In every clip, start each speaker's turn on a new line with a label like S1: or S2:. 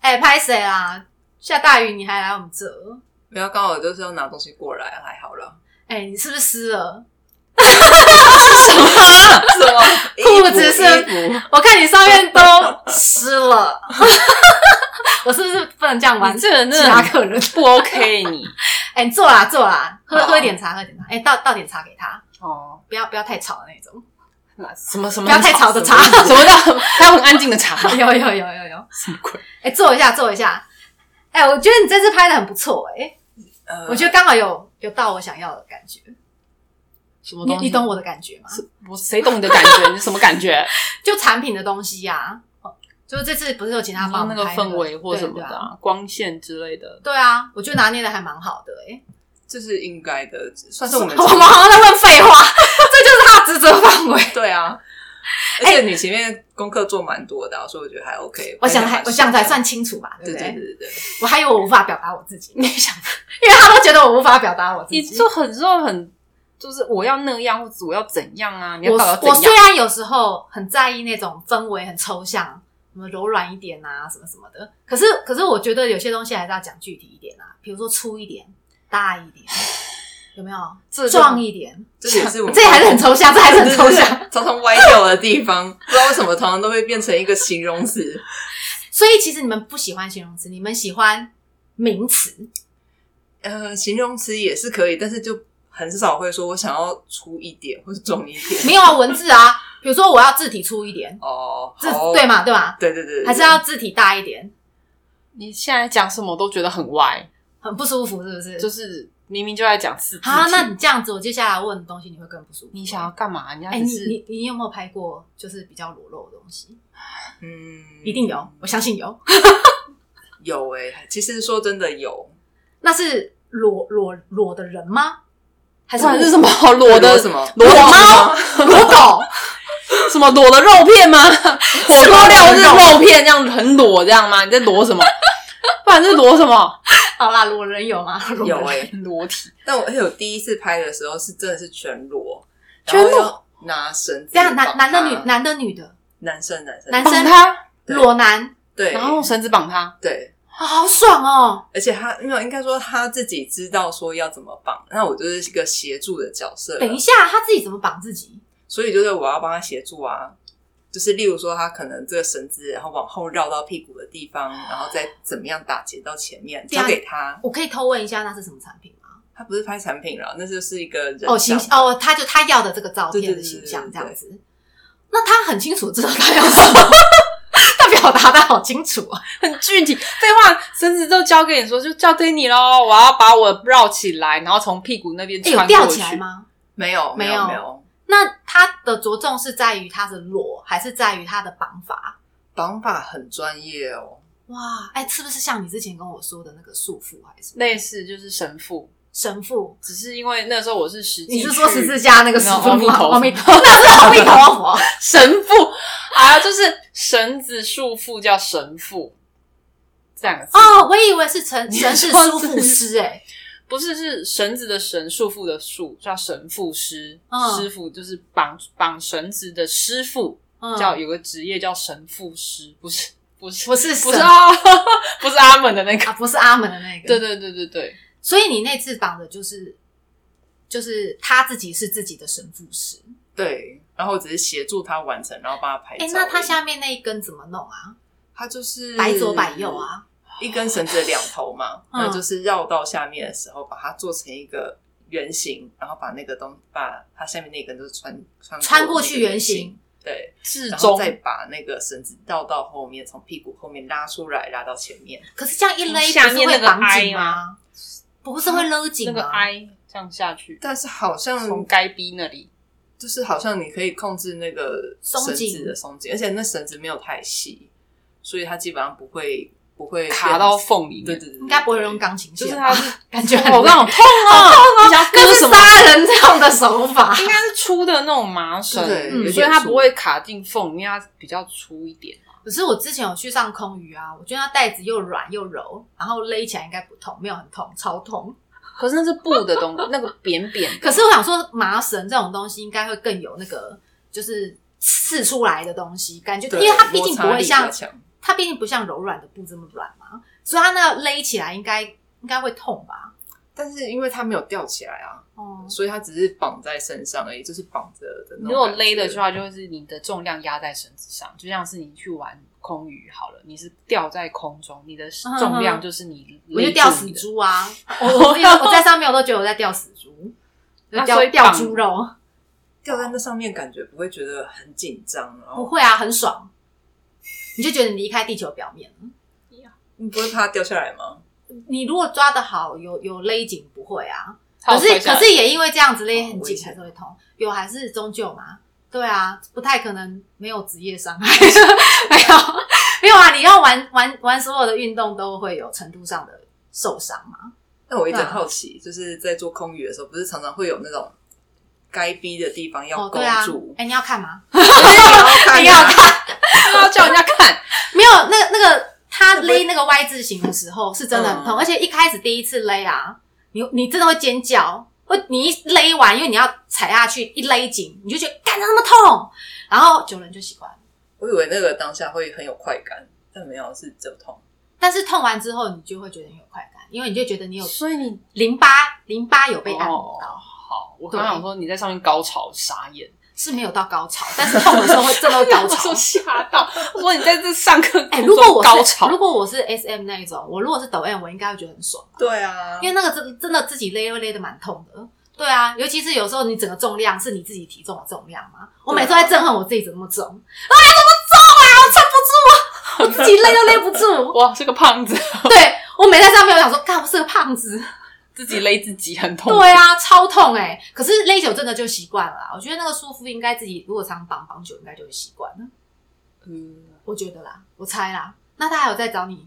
S1: 哎，拍谁啦？下大雨你还来我们这？
S2: 不要刚好就是要拿东西过来，还好 啦。
S1: 哎、你是不是湿了？
S2: 什么？
S1: 裤子是
S2: 衣服
S1: 我看你上面都湿了。 我是不是不能这样玩
S3: 你？这个人
S1: 其
S3: 真
S1: 他
S3: 的
S1: 客人，
S3: 不 OK，你
S1: 哎、你坐啦坐啦，喝
S3: 啊
S2: 好
S1: 喝一点茶，喝一点茶，哎、倒倒点茶给他，
S3: 哦，
S1: 不要不要太吵的那种。
S3: 什么什么
S1: 不要太吵的茶
S3: 什么叫 他很安静的茶？
S1: 有有有有有，
S3: 什么鬼？
S1: 哎、坐一下坐一下，哎、我觉得你这次拍的很不错、哎、
S3: 嗯
S2: 呃
S1: 我觉得刚好有有到我想要的感觉，
S3: 什么
S1: 你
S3: 东西？
S1: 你懂我的感觉吗？
S3: 我谁懂你的感 觉？你是什么感觉？
S1: 就产品的东西呀、哦就是这次不是有请他帮我
S3: 那
S1: 们
S3: 个
S1: 拍
S3: 氛围或什么
S1: 对
S3: 的
S1: 对啊
S3: 啊，光线之类的。
S1: 对啊，我觉得拿捏的还蛮好的、哎，
S2: 这是应该的，算是我们
S1: 我们好像在问废话， 这就是他的职责范围。
S2: 对啊。
S3: 哎
S2: 而且你前面功课做蛮多的啊、所以我觉得还 OK。
S1: 我想的还
S2: 拍起
S1: 我
S2: 来蛮
S1: 哎想的还
S2: 顺
S1: 算清楚吧，对
S2: 的。
S1: 不
S2: 对对
S1: 对？
S2: 对对对，
S1: 我还以为我无法表达我自 己，因
S3: 你想，
S1: 为他都觉得我无法表达我自
S3: 你
S1: 己。
S3: 就很就很，就是我要那样，或者我要怎样啊？你要
S1: 我
S3: 搞到怎
S1: 我虽
S3: 样？
S1: 然有时候很在意那种氛围很抽象，什么柔软一点啊，什么什么的，可是可是我觉得有些东西还是要讲具体一点啊，比如说粗一点、大一 点，有没有？
S3: 这就
S1: 壮一点，
S2: 这也是我们
S1: 这还是很抽象，这还是很抽象。，
S2: 常常歪掉的地方，不知道为什么常常都会变成一个形容词。
S1: 所以其实你们不喜欢形容词，你们喜欢名词。
S2: 呃，形容词也是可以，但是就很少会说我想要粗一点或者重一点。
S1: 没有啊，文字啊，比如说我要字体粗一点，
S2: 哦，
S1: 字
S2: 好
S1: 对嘛对吧？
S2: 对对对，对
S1: 还是要字体大一点，
S3: 你现在讲什么我都觉得很歪，
S1: 很不舒服，是不是？
S3: 就是明明就在讲四字体。
S1: 好，那你这样子，我接下来问的东西你会更不舒服。
S3: 你想要？干嘛？人家
S1: 哎、
S3: 只
S1: 你
S3: 是
S1: 你你有没有拍过就是比较裸露的东西？
S2: 嗯，
S1: 一定有，我相信有。
S2: 有诶、其实说真的有，
S1: 那是裸裸裸的人吗？还是
S3: 不然是什么裸的
S2: 裸什么
S3: 裸猫、
S1: 裸狗？
S3: 什么裸的肉片 吗？火锅料是肉片，这样很裸这样吗？你在裸什么？ 不然是裸什么？
S1: 好啦，裸人有吗？裸人
S2: 有诶、
S3: 裸体。
S2: 但我而且我第一次拍的时候是真的是全裸，
S3: 全裸
S2: 然后要拿绳子
S1: 这样
S2: 绑它，
S1: 男男的
S3: 啊
S1: 女男的女的
S2: 男生男生
S1: 男
S3: 绑他，
S2: 对
S1: 裸男，
S2: 对，
S3: 然后用绳子绑他。
S2: 对，
S1: 啊好爽哦！
S2: 而且他没有，应该说他自己知道说要怎么绑，那我就是一个协助的角色了，
S3: 啊
S1: 等一下，他自己怎么绑自己？
S2: 所以就是我要帮他协助啊。就是例如说，他可能这个绳子，然后往后绕到屁股的地方，然后再怎么样打结到前面，
S1: 对啊
S2: 交给他。
S1: 我可以偷问一下，那是什么产品吗？
S2: 他不是拍产品了，那就是一个人
S1: 哦，形
S2: 像
S1: 哦，他就他要的这个照片
S2: 对
S1: 的
S2: 对对
S1: 形
S2: 对
S1: 象
S2: 对
S1: 这样子。那他很清楚知道他要什么， 他表达的好清楚啊。
S3: 很具体，废话，绳子都交给你说，就交给你喽。我要把我绕起来，然后从屁股那边
S1: 诶
S3: 穿
S1: 哎有吊
S3: 过去
S1: 起来？吗？
S2: 没有
S1: 没
S2: 没
S1: 有
S2: 没有
S1: 那他的着重是在于他的裸，还是在于他的绑法？
S2: 绑法很专业哦。
S1: 哇，哎、是不是像你之前跟我说的那个束缚还是什么
S3: 类似就是神父，
S1: 神父？
S3: 只是因为那时候我是实际去，
S1: 你是说十字架那个束
S3: 那
S1: 缚吗？
S3: 阿弥陀
S1: 陀，那是阿弥陀佛。
S3: 神父啊，就是绳子束缚叫神父，这两个字
S1: 哦，我以为是神
S3: 你说
S1: 神是舒服师哎、
S3: 不是是绳子的绳，束缚的束叫神父师，
S1: 嗯
S3: 师傅就是绑绑绳子的师傅，
S1: 嗯，
S3: 叫有个职业叫神父师，不是不是
S1: 不是
S3: 不
S1: 神
S3: 是啊， 不是阿门的那个。
S1: 啊，不是阿门的那个。
S3: 对对对对对，
S1: 所以你那次绑的就是，就是他自己是自己的神父石。
S2: 对，然后我只是协助他完成，然后帮他拍照
S1: 哎、
S2: 而已。
S1: 那他下面那一根怎么弄啊？
S2: 他
S3: 嗯
S2: 就是
S1: 百左百右，啊？
S2: 一根绳子的两头嘛，
S1: 嗯
S2: 那就是绕到下面的时候，把它做成一个圆形，然后把那个东把它下面那根就是穿穿
S1: 穿过
S2: 过
S1: 去
S2: 那个
S1: 圆形
S2: 形，对，
S3: 至
S2: 然后
S3: 中
S2: 再把那个绳子绕到后面，从屁股后面拉出来，拉到前面。
S1: 可是这样一勒，
S3: 嗯下面
S1: 不
S3: 那个
S1: 是会绑
S3: I 啊
S1: 紧吗？不是会勒紧吗？
S3: 那个 I 这样下去，
S2: 但是好像
S3: 从该 B 那里，
S2: 就是好像你可以控制那个
S1: 松
S2: 绳
S1: 紧
S2: 子的松紧，而且那绳子没有太细，所以它基本上不会不会
S3: 卡到缝里面
S2: 变成。对对对，对
S1: 应该不会用。钢琴
S3: 就
S1: 线
S3: 是
S1: 吧，
S3: 它是
S1: 感觉很
S3: 好让我痛啊！你想
S1: 那
S3: 要割
S1: 是
S3: 什么？
S1: 杀人这样的手 法。
S3: 应该是粗的那种麻绳，
S2: 对
S1: 啊嗯有点
S3: 所以它
S2: 粗
S3: 不会卡进缝，因为它比较粗一点。
S1: 可是我之前有去上空余啊，我觉得那带子又软又柔，然后勒起来应该不痛，没有很痛，超痛。
S3: 可是那是布的东西，那个扁扁 的，
S1: 可是我想说，麻绳这种东西应该会更有那个，就是刺出来的东西，感觉，
S2: 对
S1: 因为它毕竟
S2: 摩
S1: 不
S2: 擦力
S1: 会
S2: 比较
S1: 像
S2: 强
S1: 它毕竟不像柔软的布这么软嘛，所以它那勒起来应该应该会痛吧？
S2: 但是因为它没有吊起来啊，
S1: 哦，
S2: 所以它只是绑在身上而已，就是绑着的
S4: 你
S2: 那种感觉。
S4: 如果勒的话，就是你的重量压在绳子上，就像是你去玩空余好了，你是吊在空中，你的重量就是你勒住你的，
S1: 嗯我就吊死猪啊！我我自己我在上面我都觉得我在吊死 猪，就
S2: 啊
S4: 那
S1: 吊
S4: 所以
S1: 吊
S4: 绑
S1: 猪肉，
S2: 吊在那上面，感觉不会觉得很紧张，
S1: 不
S2: 然后
S1: 会啊，很爽，你就觉得你离开地球表面了。
S2: 你不会怕掉下来吗？
S1: 你如果抓得好，有有勒紧不会啊，
S4: 它
S1: 可
S4: 有
S1: 是
S4: 摔下
S1: 可
S4: 来。
S1: 是 也因为这样子勒很
S2: 哦危
S1: 紧
S2: 险
S1: 还是会痛，有还是终究嘛，对啊，不太可能没有职业伤害， 没有没有啊，你要玩玩玩所有的运动都会有程度上的受伤嘛，
S2: 那我一直
S1: 对啊
S2: 好奇，就是在做空余的时候，不是常常会有那种该逼的地方要
S1: 哦
S2: 勾
S1: 对啊
S2: 住，，
S1: 哎、你要看吗？啊
S2: 你要看
S3: 要叫人家看，
S1: 没有，那那个他勒那个 Y 字形的时候是真的很痛，
S2: 嗯
S1: 而且一开始第一次勒啊，你你真的会尖叫，会你一勒完，因为你要踩下去，一勒紧你就觉得干怎么那么痛，然后久了你就习惯了，
S2: 我以为那个当下会很有快感，但没有，是只有痛。
S1: 但是痛完之后你就会觉得很有快感，因为你就觉得你有
S3: 所以你
S1: 淋巴淋巴有被按摩到。
S4: 哦好，我刚刚想说你在上面高潮傻眼，
S1: 是没有到高潮，但是痛的时候会真的会高
S3: 我
S1: 潮
S3: 说。吓 到，我说你在这上课
S1: 哎、
S3: 途
S1: 如果
S3: 中
S1: 我是
S3: 高潮
S1: 如，果我是 S M 那一种，我如果是抖 M，我应该会觉得很爽。
S2: 对啊，
S1: 因为那个真真的自己勒会勒的蛮痛的。对啊，尤其是有时候你整个重量是你自己体重的重量嘛。
S3: 啊
S1: 我每次都在憎恨我自己怎么那么重，哎呀，怎么重啊，我撑不住啊，我自己勒都勒不 住。
S3: 哇，是个胖子，
S1: 对我每在上面，我想说，干，我是个胖子。
S3: 自己勒自己很痛。
S1: 对啊，超痛哎、可是勒久真的就习惯了啊，我觉得那个舒服应该自己如果常绑绑久，应该就会习惯了。
S3: 嗯，
S1: 我觉得啦，我猜啦。那他还有在找你？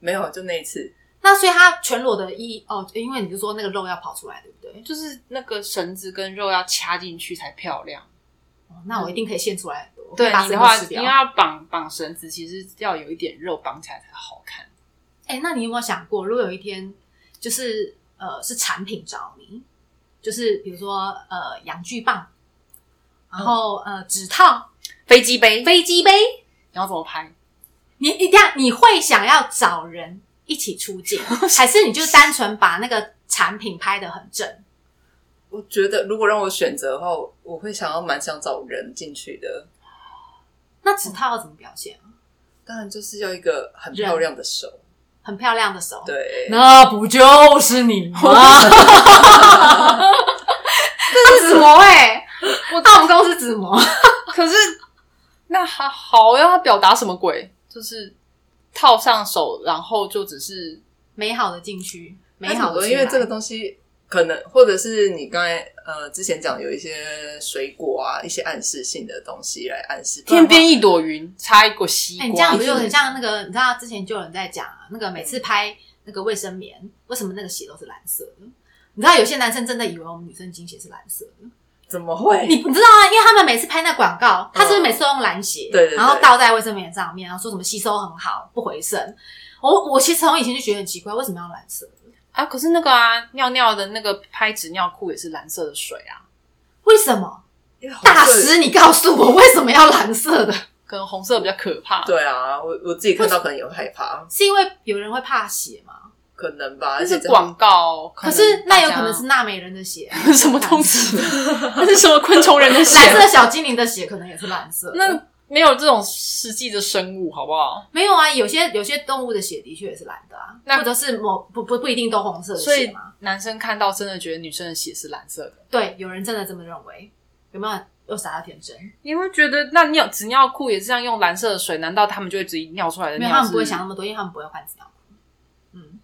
S2: 没有，就那一次，
S1: 那所以他全裸的意义哦，因为你就说那个肉要跑出来，对不对？
S4: 就是那个绳子跟肉要掐进去才漂亮。
S1: 哦那我一定可以献出来很多，
S4: 对
S1: 把
S4: 你
S1: 什
S4: 的
S1: 么
S4: 话，
S1: 吃
S4: 你
S1: 掉。
S4: 要绑绑绳子，其实要有一点肉绑起来才好看。
S1: 哎、那你有没有想过，如果有一天就是呃是产品找你，就是比如说呃洋具棒，然后、呃指套、
S3: 飞机杯，
S1: 飞机杯，
S4: 你要怎么拍？
S1: 你你这样你会想要找人一起出镜， 还是你就单纯把那个产品拍得很正？
S2: 我觉得如果让我选择的话，我会想要蛮想找人进去的。
S1: 那指套要怎么表现？啊
S2: 当然就是要一个很漂亮的手，
S1: 很漂亮的手，
S2: 对，
S1: 那不就是你吗？ 这是指模哎、我到
S4: 啊
S1: 我们公司指模。
S3: 可是那好好要表达什么鬼？就是套上手，然后就只是
S1: 美好的禁区，美
S2: 但是
S1: 好
S2: 我
S1: 的，
S2: 因为这个东西可能，或者是你刚才呃之前讲有一些水果啊，一些暗示性的东西来暗示
S3: 天。
S2: 不然的话
S3: 边一朵云，插一朵西
S1: 哎、
S3: 瓜。
S1: 你这样子就很像那个，你知道之前就有人在讲啊，那个每次拍那个卫生棉，为什么那个血都是蓝色的？你知道有些男生真的以为我们女生经血是蓝色的，
S2: 怎么会？
S1: 你你知道啊？因为他们每次拍那广告，他是不是
S2: 嗯
S1: 每次都用蓝血，
S2: 对对对
S1: 然后倒在卫生棉上面，然后说什么吸收很好，不回渗。我我其实从以前就觉得很奇怪，为什么要蓝色？
S3: 啊，可是那个啊，尿尿的那个拍纸尿裤也是蓝色的水啊，
S1: 为什么？
S3: 哦
S2: 因为红色
S1: 大师，你告诉我为什么要蓝色的？
S3: 可能红色比较可怕。
S2: 对啊，我我自己看到可能有害怕，
S1: 是因为有人会怕血吗？
S2: 可能吧。
S3: 那
S2: 而且
S3: 是
S2: 这
S3: 广告，
S1: 可是那有
S3: 大家
S1: 可能是纳美人的血啊、
S3: 什么 东西？ 那是什么昆虫人的血？
S1: 蓝色的小精灵的血可能也是蓝色的。
S3: 那没有这种实际的生物，好不好？
S1: 没有啊，有些有些动物的血的确也是蓝的啊，
S3: 那
S1: 或者是某不不不一定都红色的
S3: 所
S1: 血
S3: 以
S1: 嘛。
S3: 男生看到真的觉得女生的血是蓝色的，
S1: 对，有人真的这么认为，有没有又傻到天真？
S3: 你会觉得那尿纸尿裤也是这样用蓝色的水，难道他们就会直接尿出来的
S1: 没
S3: 尿
S1: 有，
S3: 是？
S1: 他们不会想那么多，因为他们不会换纸尿裤。嗯，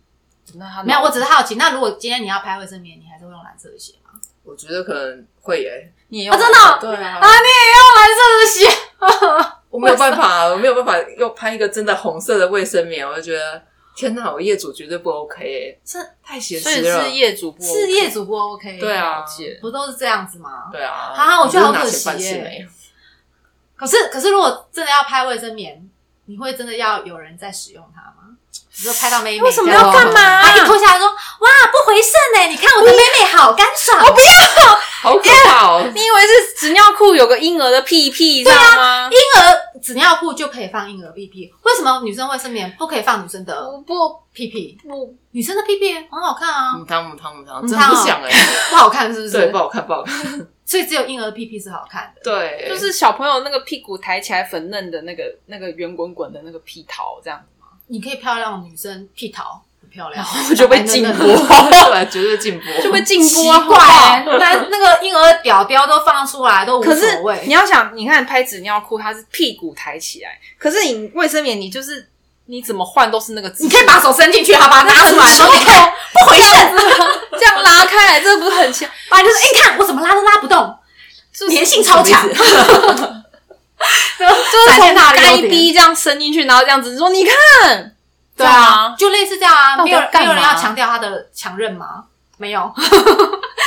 S3: 那他
S1: 没有，我只是好奇，那如果今天你要拍卫生棉，你还是会用蓝色的血吗？
S2: 我觉得可能会耶、
S3: 你也
S1: 啊，
S3: 用
S1: 真的哦
S2: 对啊
S1: 啊，你也用蓝色的血？
S2: 我没有办法，我没有办法又拍一个真的红色的卫生棉，我就觉得天哪，我业主绝对不 OK 耶、
S1: 是
S2: 太写
S3: 所以
S2: 实了
S3: 是。业主不
S1: 是业主不 OK？
S2: 对啊
S3: 了解，
S1: 不都是这样子吗？
S2: 对啊，
S1: 啊我觉得好可
S2: 你
S1: 惜
S2: 是拿钱办事
S1: 耶
S2: 没
S1: 可是可是，如果真的要拍卫生棉，你会真的要有人在使用它吗？你说拍到妹妹
S3: 为什么
S1: 这样
S3: 要
S1: 子吗
S3: 干嘛
S1: 啊，一脱下来说，哇，不回欸渗哎、你看我的妹妹好干爽。我不要，
S2: 好可怕哦！
S3: 你以为是纸尿裤有个婴儿的屁屁，知道吗？
S1: 婴儿纸尿裤就可以放婴儿屁屁，为什么女生卫生棉不可以放女生
S3: 啊
S1: 的
S4: 不不
S1: 屁屁？
S4: 不，
S1: 女生的屁屁很好看啊，
S2: 母汤母汤母汤，
S1: 母
S2: 真
S1: 汤
S2: 不
S1: 哦
S2: 想哎、欸，
S1: 不好看是不
S2: 对，
S1: 是
S2: 不？好看，不好看，
S1: 所以只有婴儿的屁屁是好看的。
S2: 对，
S3: 就是小朋友那个屁股抬起来粉嫩的那个那个圆滚滚的那个屁桃，这样
S1: 你可以漂亮的女生屁桃很漂亮，
S3: 我就被禁 播，
S2: 对，绝对进步，
S3: 就被禁
S1: 奇
S3: 播，啊好不
S1: 怪、欸，
S3: 好
S1: 那那个婴儿屌屌都放出来都无
S3: 可
S1: 所
S3: 是你
S1: 谓。
S3: 要想，你看拍纸尿裤，它是屁股抬起来，可是你卫生棉，你就是你怎么换都是那个姿势，
S1: 你可以把手伸进去，好 吧，把它拿出来，然后你看，不回身，
S3: 哎这样拉开来，这不是 很像？
S1: 把就是哎、看我怎么拉都拉不动，
S3: 就是
S1: 粘性超强
S2: 什么意，
S1: 展
S3: 就是从
S1: 现它的优
S3: 该
S1: 点
S3: 逼这样伸进去，然后这样子说，你看，
S1: 对啊，，就类似这样啊。
S3: 到底
S1: 没有
S3: 要干
S1: 没有人
S3: 嘛
S1: 要强调它的强韧吗？没有，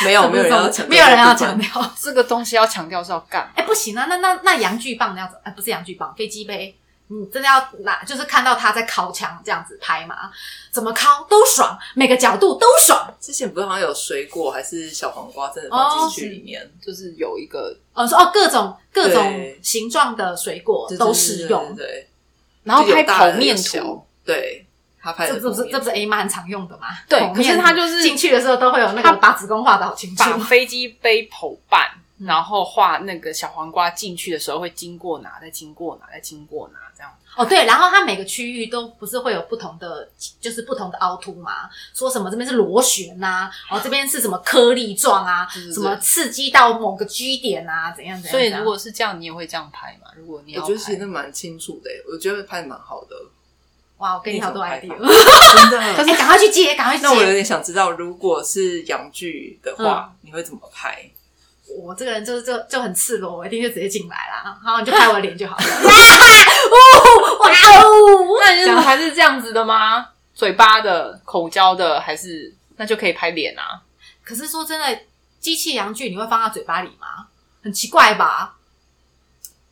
S2: 没
S3: 哦
S2: 有没有人要抢，
S1: 没有人要强调。
S4: 这个东西要强调是要干嘛？
S1: 哎、不行啊，那那那洋巨棒那样子，哎、不是洋巨棒，飞机杯，你真的要拿，就是看到他在敲墙这样子拍嘛，怎么敲都爽，每个角度都爽。
S2: 之前不是好像有水果还是小黄瓜真的放进去里面，
S4: 就是有一个，
S1: 哦，说哦，各种各种
S2: 对
S1: 形状的水果
S2: 对对对
S1: 都适用，
S2: 对对
S4: 然后
S2: 就有
S4: 拍
S2: 大的
S4: 跑面
S2: 有小
S4: 图，
S2: 对对，他拍
S1: 这
S2: 的
S1: 这不是
S2: 泡面
S1: 这不是 A 妈很常用的吗？
S3: 对
S1: 捧
S3: 可是
S1: 面
S3: 它就是
S1: 进去的时候都会有那
S3: 它
S1: 个把子宫画的好清楚，
S4: 把飞机杯剖半，
S1: 嗯
S4: 然后画那个小黄瓜进去的时候会经过哪，再经过哪，再经过哪，这样。
S1: 哦，对，然后它每个区域都不是会有不同的，就是不同的凹凸嘛，说什么这边是螺旋呐、然后这边是什么颗粒状啊，
S4: 对对对
S1: 什么刺激到某个 G 点啊，怎样怎样。
S4: 所以
S1: 怎样
S4: 如果是这样，你也会这样拍嘛？如果你
S2: 我
S4: 要
S2: 觉得其实
S4: 拍，
S2: 那蛮清楚的欸，我觉得拍的蛮好的，
S1: 哇，我给你好多
S2: 那种
S1: idea，
S2: 真
S1: 哎
S2: 的。、
S1: 赶快去接，赶快去接。
S2: 那我有点想知道，如果是洋剧的话，
S1: 嗯
S2: 你会怎么拍？
S1: 我这个人就是就就很赤裸，我一定就直接进来啦，然后你就拍我的脸就 好了。哇哦，
S4: 那 就是还是这样子的吗？嘴巴的、口交的，还是那就可以拍脸啊？
S1: 可是说真的，机器阳具你会放到嘴巴里吗？很奇怪吧？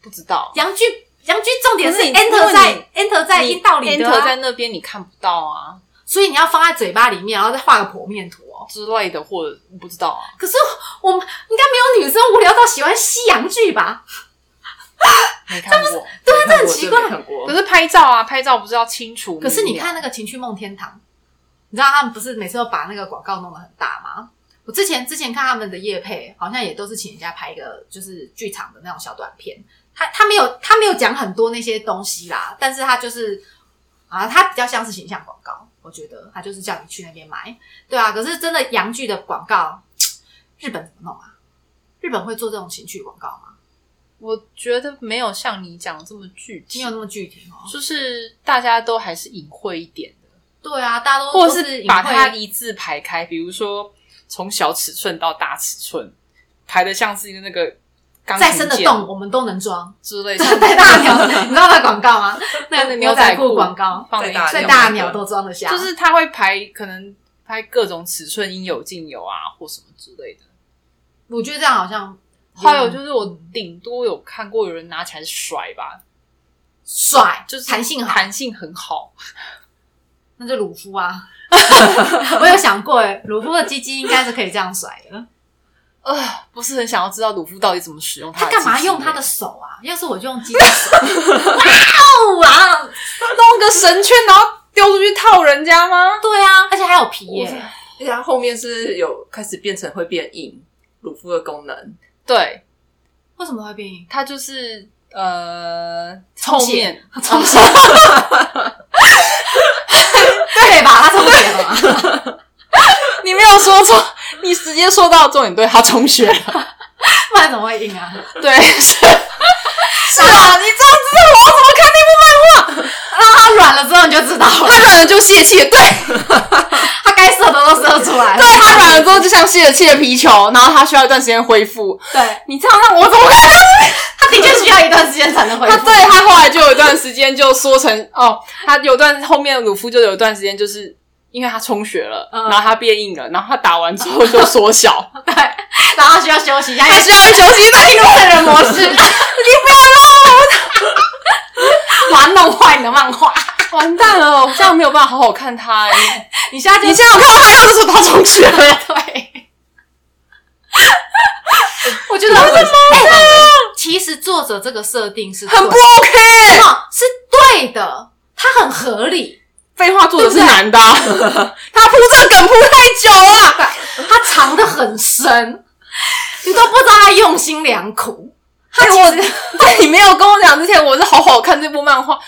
S4: 不知道，
S1: 阳具阳具重点是
S3: 可是你
S1: enter
S3: 如
S1: 在 enter 在
S4: 你
S1: 阴道里的、啊
S4: enter 在那边你看不到啊
S1: 所以你要放在嘴巴里面，然后再画个剖面图哦。
S4: 之类的，或者不知道啊。
S1: 可是我们应该没有女生无聊到喜欢西洋剧吧？
S4: 没看过。
S2: 对，这
S1: 啊很奇怪
S2: 看过
S4: 可，是拍照啊，拍照不是要清楚？
S1: 可是你看，那个《情趣梦天堂》，你知道他们不是每次都把那个广告弄得很大吗？我之前之前看他们的夜配，好像也都是请人家拍一个就是剧场的那种小短片。他他没有他没有讲很多那些东西啦，但是他就是啊，他比较像是形象广告，我觉得他就是叫你去那边买，对啊。可是真的洋剧的广告，日本怎么弄啊？日本会做这种情趣广告吗？
S4: 我觉得没有像你讲这么具
S1: 没
S4: 体
S1: 有，那么具体哦。
S4: 就是大家都还是隐晦一点的，
S1: 对啊，大家都
S4: 或
S1: 都
S4: 是
S1: 隐
S4: 把
S1: 晦
S4: 它一字排开，比如说从小尺寸到大尺寸，排的像是那个钢琴
S1: 再深的
S4: 键
S1: 洞，我们都能装。
S4: 之 类，
S1: 再大鸟，你知道那广告吗？那个牛
S4: 牛
S1: 仔
S4: 仔
S1: 裤
S4: 裤
S1: 广告，
S4: 放在
S2: 再大
S1: 再大鸟都装得下。
S4: 就是他会排可能拍各种尺寸应有尽有啊，或什么之类的。
S1: 我觉得这样好像嗯
S4: 还有就是我顶多有看过有人拿起来甩吧，
S1: 帅，
S4: 就是
S1: 弹性好，
S4: 弹性很好，
S1: 那就鲁夫啊。 我有想过，哎，鲁夫的鸡鸡应该是可以这样甩的。
S4: 呃，不是很想要知道鲁夫到底怎么使用它
S1: 他
S4: 的
S1: 干嘛
S4: 机器
S1: 用他
S4: 耶
S1: 的手啊？要是我就用鸡鸡手，哇哦啊！
S3: 弄个绳圈，然后丢出去套人家吗？
S1: 对啊，而且还有皮耶。
S2: 而且它后面是有开始变成会变硬，乳肤的功能，
S4: 对，
S1: 为什么会变硬？
S4: 它就是呃
S1: 充
S4: 后
S1: 血
S4: 面
S1: 充血，对吧？他充血了嘛。
S3: 你没有说错，你直接说到重点，对他充血了，
S1: 不然怎么会硬啊？
S3: 对，是是啊，你这样子我怎么看那部漫画？
S1: 让它软了之后你就知道了，
S3: 他软了就泄气，对，
S1: 它该射的都射出来了。
S3: 对他软了之后就像泄了气的皮球，然后他需要一段时间恢复。
S1: 对，
S3: 你这样让我怎么看？
S1: 他的确需要一段时间才能恢复。
S3: 他对他后来就有一段时间就缩成哦，他有段后面鲁夫就有一段时间就是因为他充血了，
S1: 嗯
S3: 然后他变硬了，然后他打完之后就缩小，
S1: 然后他需要休息一下，因为
S3: 他哎需要休息一段时间。
S1: 个人模 式，你不要让我把它弄坏你的漫画。
S3: 完蛋了，我这样没有办法好好看他、欸。
S1: 你现在就
S3: 你现在有看到他用的时候，他充血了。
S1: 对，我觉得为什么？哎作者这个设定是
S3: 很不
S1: 对
S3: OK。
S1: 的是对的，它很合理，
S3: 废话，作者是男 的啊、他铺这个梗铺太久了。
S1: 它藏得很深，你都不知道他用心良苦。
S3: 哎、我 在你没有跟我讲之前，我是好好看这部漫画，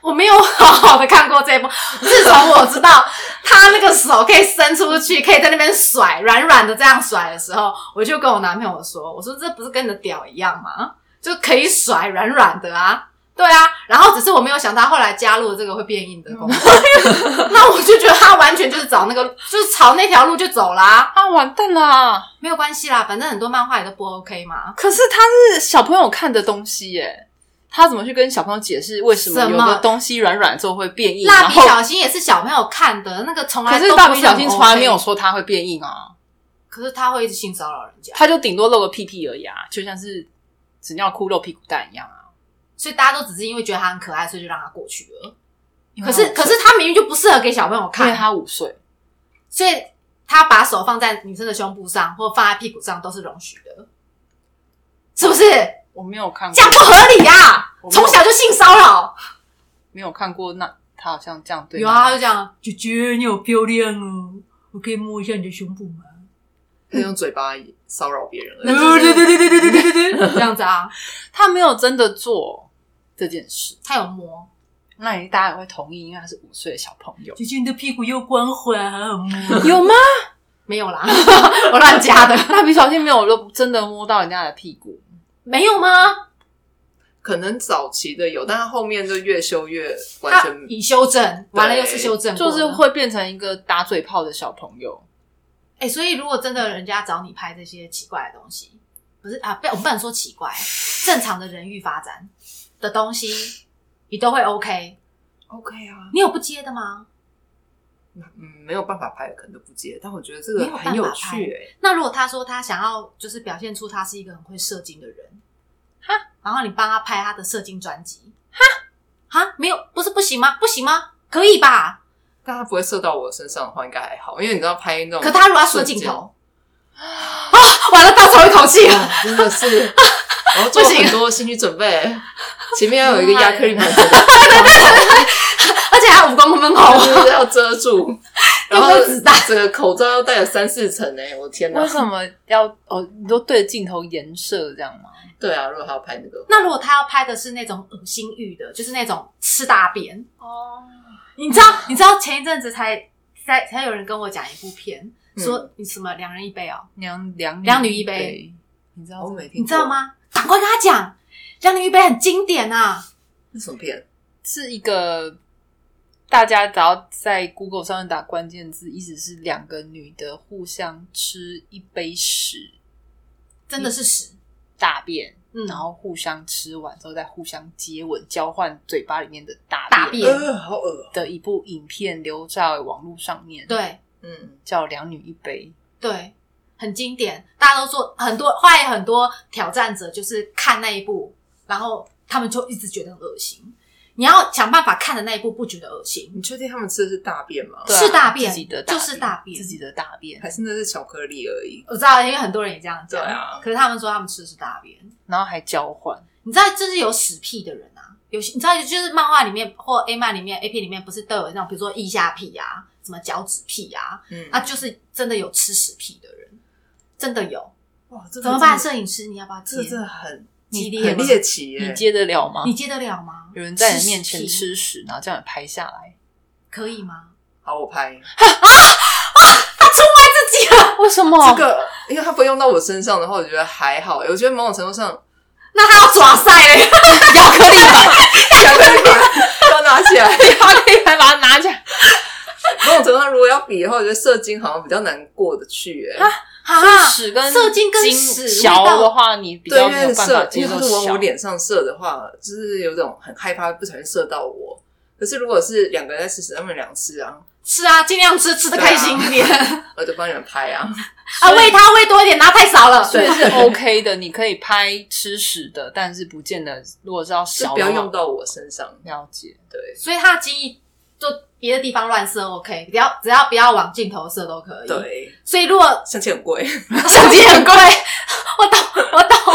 S1: 我没有好好的看过这一幕，自从我知道他那个手可以伸出去，可以在那边甩，软软的这样甩的时候，我就跟我男朋友说：“我说这不是跟你的屌一样吗？就可以甩，软软的啊。”对啊，然后只是我没有想到后来加入了这个会变硬的功 能，那我就觉得他完全就是找那个，就是朝那条路就走啦，
S3: 啊，完蛋啦！
S1: 没有关系啦，反正很多漫画也都不 OK 嘛。
S3: 可是他是小朋友看的东西耶，他怎么去跟小朋友解释为什么
S1: 什么
S3: 有的东西软软之后会变硬？
S1: 蜡
S3: 嗯然
S1: 笔
S3: 后，
S1: 小新也是小朋友看的，那个从来
S3: 可
S1: 都
S3: 是蜡
S1: 不
S3: 笔
S1: 是
S3: 小
S1: 很
S3: 新从来
S1: OK
S3: 没有，说他会变硬啊，
S1: 可是他会一直性骚扰人家。
S3: 他就顶多露个屁屁而已啊，就像是纸尿裤露屁股蛋一样啊。
S1: 所以大家都只是因为觉得他很可爱，所以就让他过去了。可是，可是他明明就不适合给小朋友
S3: 因为
S1: 看，
S3: 他五岁，
S1: 所以他把手放在女生的胸部上或放在屁股上都是容许的，是不是？
S4: 我没有看
S1: 这
S4: 过
S1: 样，不合理啊！
S4: 我没有
S1: 从小就性骚扰，
S4: 没有看过那他好像这样对
S1: 有
S4: 吗
S1: 啊，他就这样，姐姐你好漂亮哦，我可以摸一下你的胸部吗？
S2: 他
S1: 嗯
S2: 用嘴巴骚扰别人而
S1: 对
S2: 已。
S1: 对对对对对对对对，这样子啊，
S3: 他没有真的做这件事。
S1: 他有摸，
S4: 那你大家也会同意，因为他是五岁的小朋友。
S1: 姐姐你的屁股又光滑，好摸，
S3: 有吗？
S1: 没有啦，我乱加的，
S3: 蜡笔小新没有露，真的摸到人家的屁股。
S1: 没有吗？
S2: 可能早期的有，但他后面就越修越完
S1: 他
S2: 全
S1: 已修正，完了又是修正过
S3: 就
S1: 的，
S3: 是会变成一个打嘴炮的小朋友。
S1: 哎、所以如果真的人家找你拍这些奇怪的东西，不是啊，不，我们不能说奇怪，正常的人欲发展的东西，你都会 OK。
S2: OK 啊。
S1: 你有不接的吗？
S2: 嗯，没有办法拍，可能都不接。但我觉得这个
S1: 没有办法
S2: 很有趣、欸，
S1: 那如果他说他想要就是表现出他是一个很会射精的人，哈，然后你帮他拍他的射精专辑，哈，哈，没有，不是不行吗？不行吗？可以吧？
S2: 但他不会射到我身上的话，应该还好，因为你知道拍那种，
S1: 可他如果要射镜，头， 啊，完了，倒抽一口气了。
S2: 真的 是，我要做
S1: 不行
S2: 很多心理准备，前面要有一 个亚克力板，对
S1: 而且还有五公分厚，
S2: 对对，要遮 住，然后
S1: 就不会子弹
S2: 整个口罩要戴了三四层哎、我天哪
S3: 为！什么要哦？你都对着镜头颜射这样吗？
S2: 对啊，如果他要拍那个，
S1: 那如果他要拍的是那种恶心欲的，就是那种吃大便，
S3: 哦，
S1: 你知道，
S2: 嗯
S1: 你知道前一阵子才才才有人跟我讲一部片，
S2: 嗯
S1: 说你什么两人一杯哦，
S3: 两两
S1: 两女一
S3: 一哦
S1: 杯，
S3: 你知道
S2: 我
S3: 这个
S2: 没听，
S1: 你知道？吗？赶快跟他讲，两人一杯很经典啊，
S2: 那什么片？
S3: 是一个大家只要在 Google 上面打关键字，意思是两个女的互相吃一杯屎
S1: 真的是屎，
S3: 大便，
S1: 嗯，
S3: 然后互相吃完之后再互相接吻，交换嘴巴里面的大
S1: 大便
S2: 呃，好恶哦、
S3: 的一部影片留在网络上面，，
S1: 对
S2: 嗯，
S3: 叫两女一杯。
S1: 对，很经典，大家都说很多，后来很多挑战者就是看那一部，然后他们就一直觉得很恶心，你要想办法看的那一部不觉得恶心，
S2: 你确定他们吃的是大便吗？
S3: 对啊
S1: 是大便
S3: 自己的
S1: 就是大便
S3: 自己的大便
S2: 还。是那是巧克力而已？
S1: 我知道，因为很多人也这样讲，
S2: 对啊
S1: 可是他们说他们吃的是大便。
S3: 然后还交换，
S1: 你知道，这是有屎屁的人啊，有些你知道，就是漫画里面或 A 漫里面、A 片里面，不是都有那种，比如说腋下屁啊，什么脚趾屁啊，
S2: 嗯
S1: 啊，就是真的有吃屎屁的人，真的有，
S2: 哇，这个
S1: 啊怎么办？
S2: 真
S1: 摄影师，你要不要
S2: 的这
S1: 接
S2: 个？真的很
S1: 激烈
S2: 很
S1: 吗？
S2: 猎奇耶、
S3: 你接得了吗？
S1: 你接得了吗？
S3: 有人在你面前
S1: 屎屁
S3: 吃屎，然后叫你拍下来，
S1: 可以吗？
S2: 好，我拍
S1: 自己了，
S3: 为什么？
S2: 这个，因为他不会用到我身上的话，我觉得还好。欸我觉得某种程度上，
S1: 那他要耍帅嘞，
S3: 亚克力吧，
S2: 想办法要拿起来。
S3: 亚克力还把它拿起来，
S2: 某种程度上，如果要比的话，我觉得射精好像比较难过得去欸耶、
S1: 啊，
S3: 屎跟
S1: 射精跟
S3: 精
S1: 屎
S3: 小
S1: 味道
S3: 的话，你比
S2: 对，
S3: 较
S2: 因
S3: 没有
S2: 为
S3: 办法
S2: 射，因
S3: 接
S2: 为
S3: 受
S2: 他是往
S3: 小
S2: 我。脸上射的话，就是有种很害怕不小心射到我。可是如果是两个人在吃屎，他们俩吃啊，
S1: 吃啊，尽量吃，吃的开心一 点啊，
S2: 我就帮你们拍啊。
S1: 喂他喂多一点，拿太少了。
S3: 所以是 OK 的，你可以拍吃屎的，但是不见得，如果是要
S2: 就
S3: 小
S2: 不
S3: 的
S2: 要
S3: 话
S2: 用到我身上。
S3: 了解，
S2: 对
S1: 所以他的精液就别的地方乱射 OK，只要只要不要往镜头射都可以。，
S2: 对，
S1: 所以如果
S2: 相亲很贵，
S1: 相机很贵，我懂，我懂。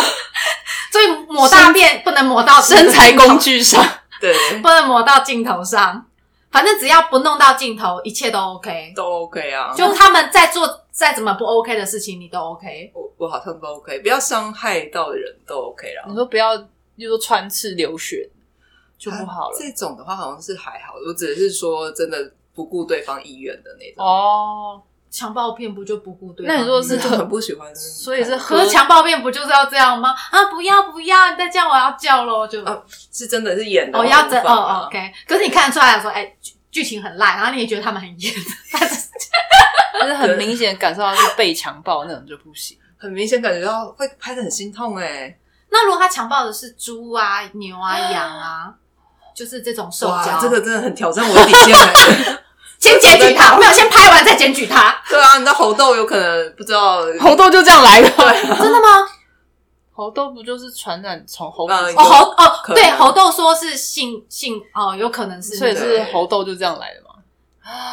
S1: 所以抹大便不能抹到
S3: 身材工，具上，
S2: 对，
S1: 不能抹到镜头上。反正只要不弄到镜头，一切都 OK。
S2: 都 OK 啊。
S1: 就他们在做再怎么不 OK 的事情，你都 OK。
S2: 我我好像都 OK，不要伤害到人都 OK 啦。
S3: 你说不要，就说穿刺流血就不好了。
S2: 这种的话好像是还好，我只是说真的不顾对方意愿的那种。
S3: 哦，
S1: 强暴片不就不顾对方？
S3: 那你说是
S2: 就很不喜 欢，
S3: 所以是
S1: 可是强暴片不就是要这样吗？啊，不要不要，你再这样我要叫喽， 就、
S3: 哦
S2: 啊是真的是演的，
S1: 哦要真
S2: 真
S1: 哦哦 OK。可是你看得出来说，哎、剧剧情很烂，然后你也觉得他们很演，但是
S3: 但是很明显感受到是被强暴那种就不行。
S2: 很明显感觉到会拍的很心痛哎、
S1: 那如果他强暴的是猪啊、牛啊、羊啊，就是这种受
S2: 哇，
S1: 教，
S2: 这个真的很挑战我的底 线欸、
S1: 先检举他，没有先拍完再检举 他，
S2: 对啊，你知道猴豆有可能不知道，
S3: 猴痘就这样来的，
S1: 真的吗？
S3: 猴痘不就是传染从猴
S2: 呃
S3: 子，
S1: 哦猴哦
S2: 可能
S1: 对猴豆说是性性哦，有可能是
S3: 所以
S1: 那
S3: 是
S1: 个
S2: 对
S3: 猴痘就这样来的嘛？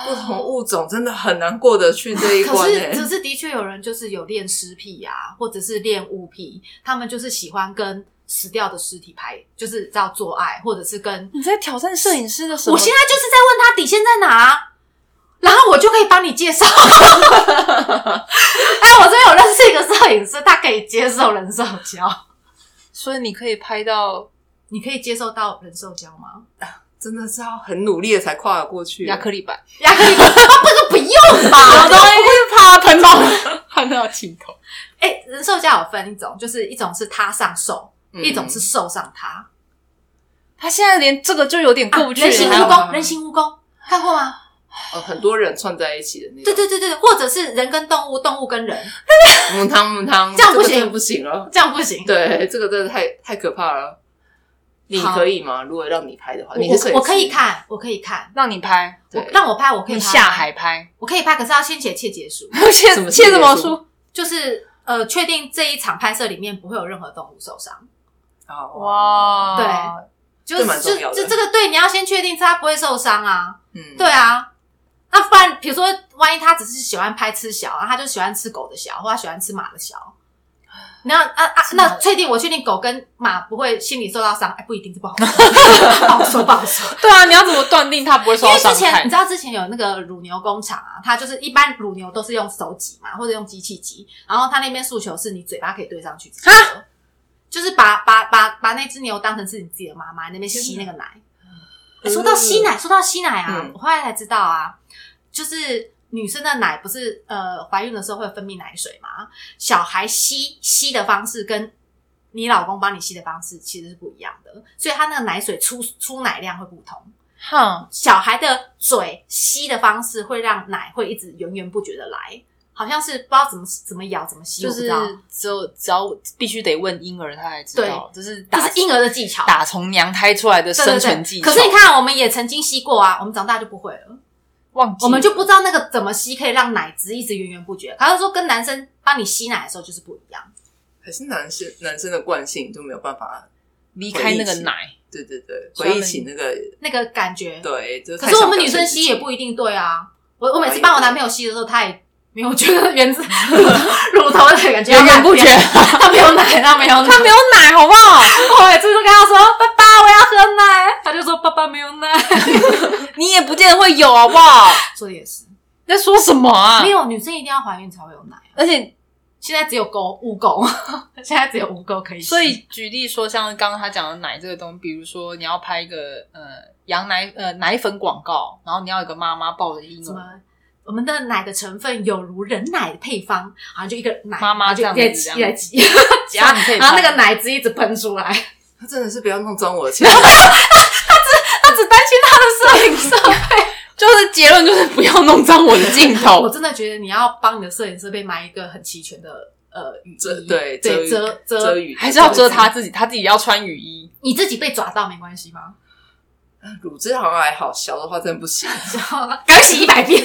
S2: 不同物种真的很难过得去这一
S1: 可
S2: 关
S1: 是，
S2: 哎、
S1: 只是的确有人就是有恋尸癖呀、啊，或者是恋物癖，他们就是喜欢跟死掉的尸体拍，就是要做爱，或者是跟……
S3: 你在挑战摄影师的什
S1: 我现在就是在问他底线在哪、然后我就可以帮你介绍。哎，我这边有认识一个摄影师，他可以接受人兽交，
S3: 所以你可以拍到
S1: 你可以接受到人兽交吗？
S2: 真的是要很努力的才跨得过去。
S3: 亚克力板，
S1: 亚克力，这个不用 吧？
S3: 都会怕 喷到喷到镜头。
S1: 哎、人兽交有分一种，就是一种是他上兽，
S2: 嗯
S1: 一种是兽上他。
S3: 他现在连这个就有点过不去
S1: 人形
S3: 了。
S1: 蜈
S2: 还有吗
S1: 蚣，人形蜈蚣看过吗？
S2: 呃很多人串在一起的那种，
S1: 对对对对，或者是人跟动物，动物跟人，
S2: 母汤母汤，
S1: 这样不行
S2: 个真的不行了。
S1: 这样不行。
S2: 对，这个真的太太可怕了。你
S1: 好
S2: 可以吗？如果让你拍的话，
S1: 我，
S2: 你是摄影
S1: 我我可以
S2: 师，
S1: 看，我可以看，
S3: 让你拍，
S1: 我
S2: 对
S1: 让我拍，我可以
S3: 你
S1: 拍
S3: 下海，拍，
S1: 我可以拍，可是要先写切结书，
S3: 切
S2: 什么
S3: 切什么
S2: 切结
S3: 书？
S1: 就是呃，确定这一场拍摄里面不会有任何动物受伤。
S2: 好，啊
S3: 哇，
S1: 对就
S2: 这
S1: 是
S2: 蛮重要
S1: 就就
S2: 的
S1: 这个对，你要先确定它不会受伤啊，
S2: 嗯，
S1: 对啊。那不然，比如说，万一他只是喜欢拍吃小，然啊后他就喜欢吃狗的小，或他喜欢吃马的小，那啊啊，那确定我确定狗跟马不会心理受到伤，哎，不一定，这不好 说，不好说，不好说。
S3: 对啊，你要怎么断定他不会受
S1: 因
S3: 到
S1: 为
S3: 伤
S1: 之前
S3: 害
S1: 你知？道之前有那个乳牛工厂啊，它就是一般乳牛都是用手挤嘛，或者用机器挤，然后它那边诉求是你嘴巴可以对上去挤喝，就是把把把把那只牛当成是你自己的妈妈，那边吸那个奶。
S2: 嗯
S1: 说到吸奶，说到吸奶啊，
S2: 嗯
S1: 我后来才知道啊，就是女生的奶不是呃怀孕的时候会分泌奶水嘛，小孩吸吸的方式跟你老公帮你吸的方式其实是不一样的，所以他那个奶水出出奶量会不同。
S3: 哼，
S1: 小孩的嘴吸的方式会让奶会一直源源不绝的来，好像是不知道怎么怎么咬怎么吸，
S3: 就
S1: 我不
S3: 是
S1: 知道
S3: 只有只要必须得问婴儿，他才知道，这是
S1: 这
S3: 打
S1: 是婴儿的技巧，
S3: 打从娘胎出来的
S1: 对对
S3: 生
S1: 对
S3: 存技巧。
S1: 可是你看，我们也曾经吸过啊，我们长大就不会了，
S3: 忘记，
S1: 我们就不知道那个怎么吸可以让奶汁一直源源不绝。他就说跟男生帮你吸奶的时候就是不一样，
S2: 还是男生男生的惯性就没有办法，
S3: 离开那个奶，
S2: 对对对，
S3: 所以
S2: 回忆起那个，
S1: 那个感觉。
S2: 对，就是
S1: 可
S2: 太
S1: 是我们
S2: 想表
S1: 女生
S2: 现
S1: 吸
S2: 自己
S1: 也不一定对啊。我我每
S2: 哎
S1: 次
S2: 呀
S1: 帮我男朋友吸的时候，他也没有觉得源 自乳头的感觉，
S3: 源源不绝。
S1: 他没有奶，他没有奶，
S3: 他没有奶，好不好？
S1: 我每次都跟他说：“爸爸，我要喝奶。”他就说：“爸爸没有奶。
S3: 你也不见得会有，好不好？”
S1: 说的也是，
S3: 你在说什么啊
S1: 没？有女生一定要怀孕才会有奶。啊
S3: 而且，
S1: 现在只有狗污狗， 现在只有污狗可以吃。
S3: 所以举例说，像刚刚他讲的奶这个东西，比如说你要拍一个呃羊奶呃奶粉广告，然后你要有个妈妈抱着婴
S1: 什
S3: 儿，
S1: 么我们的奶的成分有如人奶的配方，然后就一个奶
S3: 妈妈
S1: 然后就一
S3: 这样
S1: 直
S3: 子
S1: 挤一直挤，
S3: 这样你可以
S1: 然后
S3: 拍
S1: 那个奶汁一直喷出来。
S2: 他真的是不要弄脏我的钱，
S1: 他只担心他的摄影设
S3: 就是结论就是不要弄脏 我的镜
S1: 备。哦我
S3: 头。
S1: 真的觉得你要帮你的摄影设备买一个很齐全的呃雨
S2: 遮
S1: 衣，
S2: 对
S1: 对遮
S2: 遮
S1: 遮，
S2: 雨
S3: 还是要遮他自己，他自己要穿雨衣。
S1: 你自己被抓到没关系 吗？
S2: 乳汁好像还好，小的话真的 不行，
S1: 然后刚洗一百遍，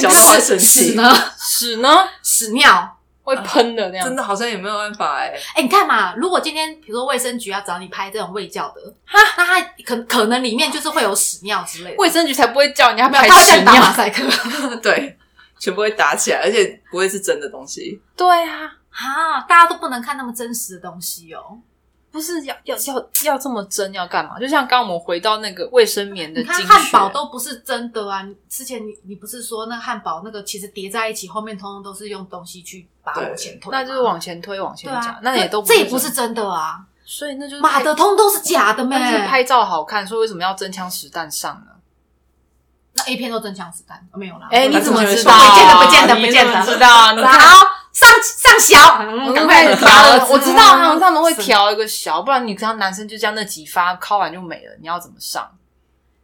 S2: 小到会生
S1: 屎
S2: 气，
S1: 呢？
S3: 屎呢
S1: 屎尿。
S3: 会喷的那样
S2: 真，的好像也没有办法哎、欸，
S1: 哎、你看嘛，如果今天比如说卫生局要找你拍这种卫教的，哈，那他可可能里面就是会有屎尿之类的，
S3: 卫生局才不会叫人家
S1: 没有
S3: 拍
S1: 他会叫
S3: 屎
S1: 你打马
S3: 尿。
S1: 赛克，
S2: 对，全部会打起来，而且不会是真的东西，
S3: 对啊，
S1: 哈，大家都不能看那么真实的东西哦。
S3: 不是要要要要这么真要干嘛？就像刚刚我们回到那个卫生棉的
S1: 你
S3: 精
S1: 看汉
S3: 选，
S1: 堡都不是真的啊！你之前你你不是说那汉堡那个其实叠在一起，后面通通都是用东西去把它
S2: 对
S1: 往前推嘛，
S3: 那就是往前推往前
S1: 对
S3: 讲，
S1: 啊，
S3: 那也都
S1: 这也不是，真的啊！
S3: 所以那就是
S1: 马
S3: 拍
S1: 的通都是假的咩？
S3: 但是拍照好看，所以为什么要真枪实弹上呢？
S1: 那 A 片都真枪实弹，哦没有啦。
S3: 哎、
S1: 我
S3: 你怎么知道？
S1: 不见得，不见得，不见
S3: 你怎么知
S1: 得。啊
S3: 道？ 你
S1: 然后上上小，嗯
S3: 我
S1: 赶
S3: 都
S1: 快
S3: 开始调了，
S1: 嗯
S3: 我知道他们他们会调一个小，不然你看男生就这样那几发敲完就没了，你要怎么上？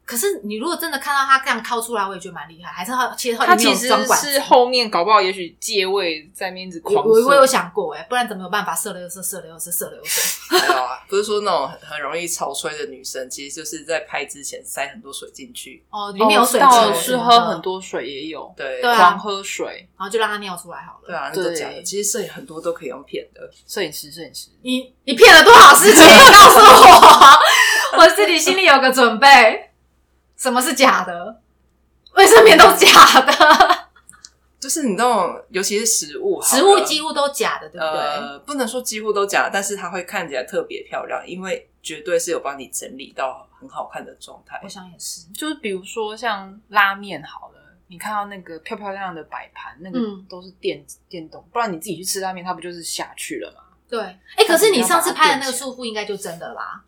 S1: 可是你如果真的看到他这样掏出来，我也觉得蛮厉害，还是他其实
S3: 他
S1: 里面
S3: 其
S1: 有
S3: 实
S1: 装管子
S3: 是后面搞不好也许借位在面子
S1: 我
S3: 狂
S1: 我我有
S3: 射，
S1: 想过哎、不然怎么有办法射了又射，射了又射，射了又射？
S2: 还有啊，不是说那种很很容易潮吹的女生，其实就是在拍之前塞很多水进去，
S1: 哦，里面有水
S3: 哦
S1: 球什么
S3: 我知道
S1: 的，
S3: 是喝很多水也有，
S2: 对
S1: 对啊
S3: 狂喝水，
S1: 然后就让它尿出来好了。
S2: 对啊，那都
S3: 对
S2: 假的。其实摄影很多都可以用骗的，
S3: 摄影师摄影师，
S1: 你你骗了多少事情？告诉我，我自己心里有个准备，什么是假的？卫生棉都是假的，
S2: 就是你那种，尤其是食物好了，
S1: 食物几乎都假的，对不对？
S2: 呃，不能说几乎都假，但是它会看起来特别漂亮，因为绝对是有帮你整理到很好看的状态
S1: 我。想也是。
S3: 就是比如说像拉面好了。你看到那个漂漂亮亮的摆盘，那个
S1: 嗯
S3: 都是电、电动，不然你自己去吃拉面，它不就是下去了吗？
S1: 对，哎，可是你上次拍的那
S3: 它
S1: 个
S3: 比较把它
S1: 束缚应该就真的啦，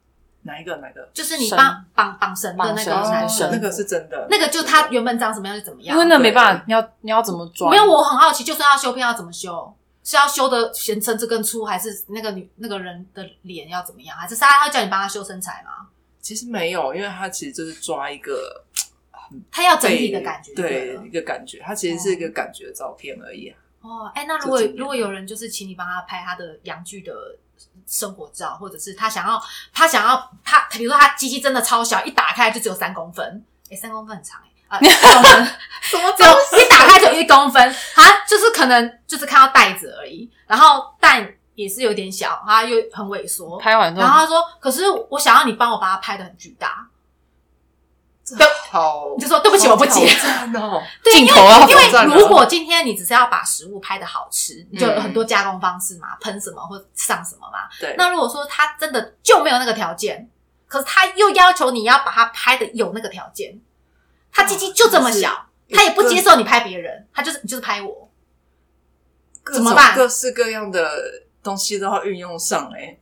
S2: 哪一个？哪一个？哦
S1: 就是你
S3: 绳
S1: 绑绑绑绳的那个
S3: 绑绳
S1: 男
S2: 那
S1: 生，
S2: 个是真的，
S1: 那个就他原本长什么样就怎么样
S3: 因。为那
S2: 对
S3: 没办法，你要你要怎么装？
S1: 没有，我很好奇，就算要修片要怎么修？是要修的全身这根粗，还是那个女那个人的脸要怎么样？还是是他他会叫你帮他修身材吗？
S2: 其实没有，因为它其实就是抓一个
S1: 他要整体的感觉就
S2: 对
S1: 了
S2: 一个感觉，它其实是一个感觉照片而已啊。
S1: 哦，哎、那如果
S2: 这几年
S1: 如果有人就是请你帮他拍他的洋剧的生活照，或者是他想要他想要他，比如说他机器真的超小，一打开就只有三公分，哎、三公分很长哎、欸，啊、一公分，什么只有一打开就一公分，他就是可能就是看到袋子而已，然后蛋也是有点小，它又很萎缩，
S3: 拍完之
S1: 然后
S3: 后，
S1: 他说，可是我想要你帮我把它拍的很巨大，
S2: 好，
S1: 你就说对
S2: 哦
S1: 不起，我不接。
S2: 真 的哦，
S1: 对，
S3: 镜
S1: 因为
S3: 头啊要
S1: 因
S2: 挑战
S1: 为
S2: 了
S1: 如果今天你只是要把食物拍的好吃，
S3: 嗯
S1: 你就有很多加工方式嘛，喷什么或上什么嘛。
S2: 对，
S1: 那如果说他真的就没有那个条件，可是他又要求你要把它拍的有那个条件，他鸡鸡就这么小，
S2: 就是
S1: 他也不接受你拍别人，他就是你就是拍我，
S2: 各
S1: 怎么
S2: 种
S1: 办
S2: 各式各样的东西都要运用上哎、